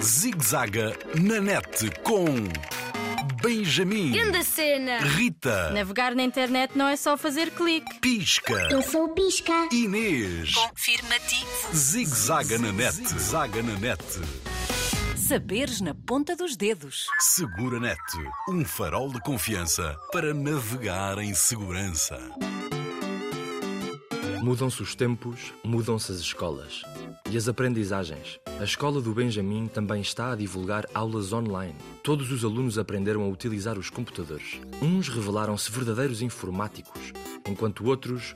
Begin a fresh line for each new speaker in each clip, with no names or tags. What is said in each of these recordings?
Zigzaga na net com Benjamin,
Grande cena!
Rita,
Navegar na internet não é só fazer clique.
Pisca,
Eu sou o Pisca.
Inês.
Confirmativo.
Zigzaga na net, zaga na net.
Saberes na ponta dos dedos.
Segura net, um farol de confiança para navegar em segurança.
Mudam-se os tempos, mudam-se as escolas. E as aprendizagens. A escola do Benjamin também está a divulgar aulas online. Todos os alunos aprenderam a utilizar os computadores. Uns revelaram-se verdadeiros informáticos, enquanto outros.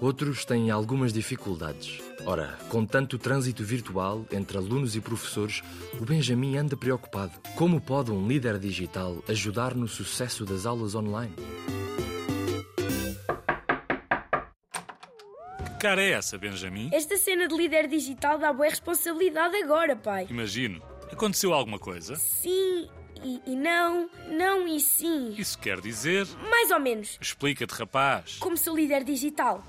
Outros têm algumas dificuldades. Ora, com tanto trânsito virtual entre alunos e professores, o Benjamin anda preocupado. Como pode um líder digital ajudar no sucesso das aulas online?
Que cara é essa, Benjamin?
Esta cena de líder digital dá boa responsabilidade agora, pai.
Imagino. Aconteceu alguma coisa?
Sim e, e não, não e sim.
Isso quer dizer.
Mais ou menos.
Explica-te, rapaz.
Como sou líder digital,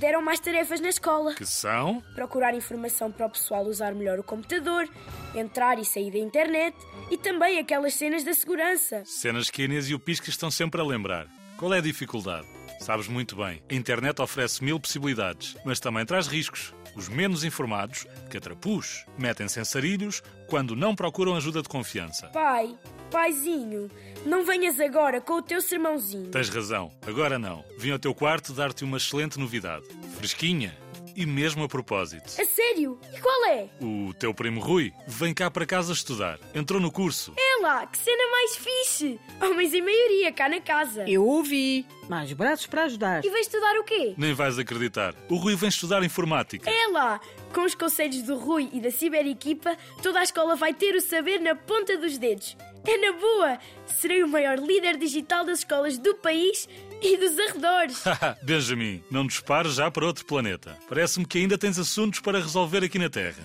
deram mais tarefas na escola.
Que são?
Procurar informação para o pessoal usar melhor o computador, entrar e sair da internet e também aquelas cenas da segurança.
Cenas que a Inês e o Pisca estão sempre a lembrar. Qual é a dificuldade? Sabes muito bem, a internet oferece mil possibilidades, mas também traz riscos. Os menos informados, catrapus, metem-se em sarilhos quando não procuram ajuda de confiança.
Pai, paizinho, não venhas agora com o teu sermãozinho.
Tens razão, agora não. Vim ao teu quarto dar-te uma excelente novidade. Fresquinha. E mesmo a propósito.
A sério? E qual é?
O teu primo Rui vem cá para casa estudar. Entrou no curso.
É lá, que cena mais fixe! Homens em maioria, cá na casa.
Eu ouvi. Mais braços para ajudar.
E vais estudar o quê?
Nem vais acreditar. O Rui vem estudar informática.
É lá! Com os conselhos do Rui e da Ciberequipa, toda a escola vai ter o saber na ponta dos dedos. É na boa! Serei o maior líder digital das escolas do país e dos arredores.
Haha, Benjamin, não dispares já para outro planeta. Parece-me que ainda tens assuntos para resolver aqui na Terra.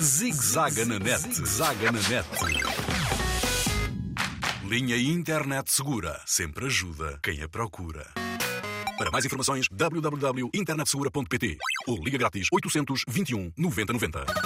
Zigzaga na net, zaga na net. Linha Internet Segura sempre ajuda quem a procura. Para mais um informações, www.internetsegura.pt ou liga grátis 821 9090.